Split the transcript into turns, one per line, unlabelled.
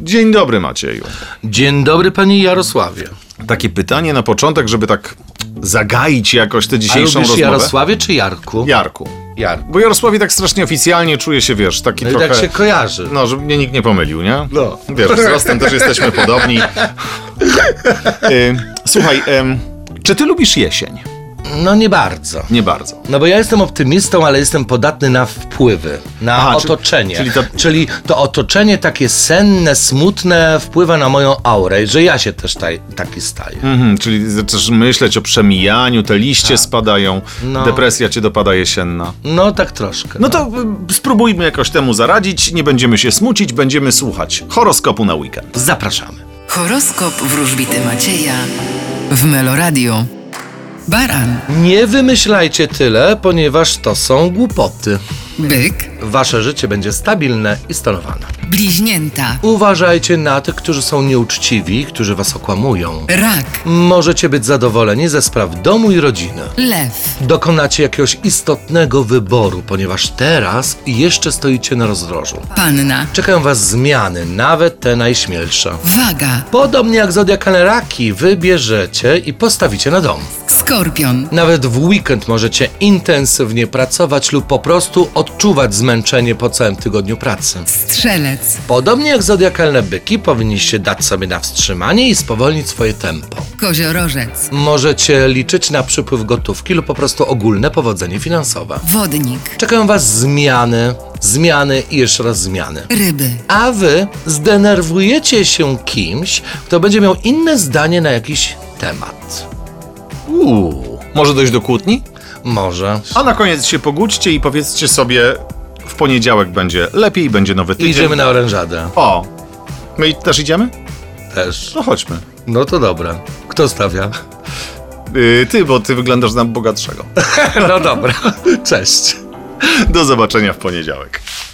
Dzień dobry Macieju.
Dzień dobry, panie Jarosławie.
Takie pytanie na początek, żeby tak zagaić jakoś tę
A lubisz
dzisiejszą rozmowę.
Jarosławie czy Jarku?
Jarku.
Jarku.
Bo Jarosławie tak strasznie oficjalnie czuje się, wiesz, taki
No i
trochę...
tak się kojarzy.
No, żeby mnie nikt nie pomylił, nie?
No.
Wiesz, wzrostem też jesteśmy podobni. Y, słuchaj, em, czy ty lubisz jesień?
No nie bardzo.
Nie bardzo.
No bo ja jestem optymistą, ale jestem podatny na wpływy, na
Aha, czy-
otoczenie.
czyli
Czyli
to-
to... otoczenie takie senne, smutne wpływa na moją aurę, że ja się też taj, taki staję.
Mhm, czyli zaczynasz myśleć o przemijaniu, te liście spadają,
Tak. No.
depresja cię dopada jesienna.
No tak troszkę.
No to y, spróbujmy jakoś temu zaradzić, nie będziemy się smucić, będziemy słuchać horoskopu na weekend.
Zapraszamy.
Horoskop wróżbity Macieja w Meloradio. Baran,
Nie wymyślajcie tyle, ponieważ to są głupoty.
byk,
Wasze życie będzie stabilne i stanowane.
bliźnięta,
Uważajcie na tych, którzy są nieuczciwi, którzy was okłamują.
rak,
Możecie być zadowoleni ze spraw domu i rodziny.
lew,
Dokonacie jakiegoś istotnego wyboru, ponieważ teraz jeszcze stoicie na rozdrożu.
panna,
Czekają was zmiany, nawet te najśmielsze.
waga,
Podobnie jak zodiakalne raki, wybierzecie i postawicie na dom.
skorpion,
Nawet w weekend możecie intensywnie pracować lub po prostu odczuwać zmęczenie po całym tygodniu pracy.
strzelec,
Podobnie jak zodiakalne byki, powinniście dać sobie na wstrzymanie i spowolnić swoje tempo.
koziorożec,
Możecie liczyć na przypływ gotówki lub po prostu ogólne powodzenie finansowe.
wodnik,
Czekają Was zmiany, zmiany i jeszcze raz zmiany.
ryby,
A Wy zdenerwujecie się kimś, kto będzie miał inne zdanie na jakiś temat.
Uuu, może dojść do kłótni?
Może.
A na koniec się pogódźcie i powiedzcie sobie, w poniedziałek będzie lepiej, będzie nowy tydzień.
Idziemy na orężadę.
O, my i- też idziemy?
Też.
No chodźmy.
No to dobra. Kto stawia?
Yy, ty, bo ty wyglądasz na bogatszego.
No dobra. Cześć.
Do zobaczenia w poniedziałek.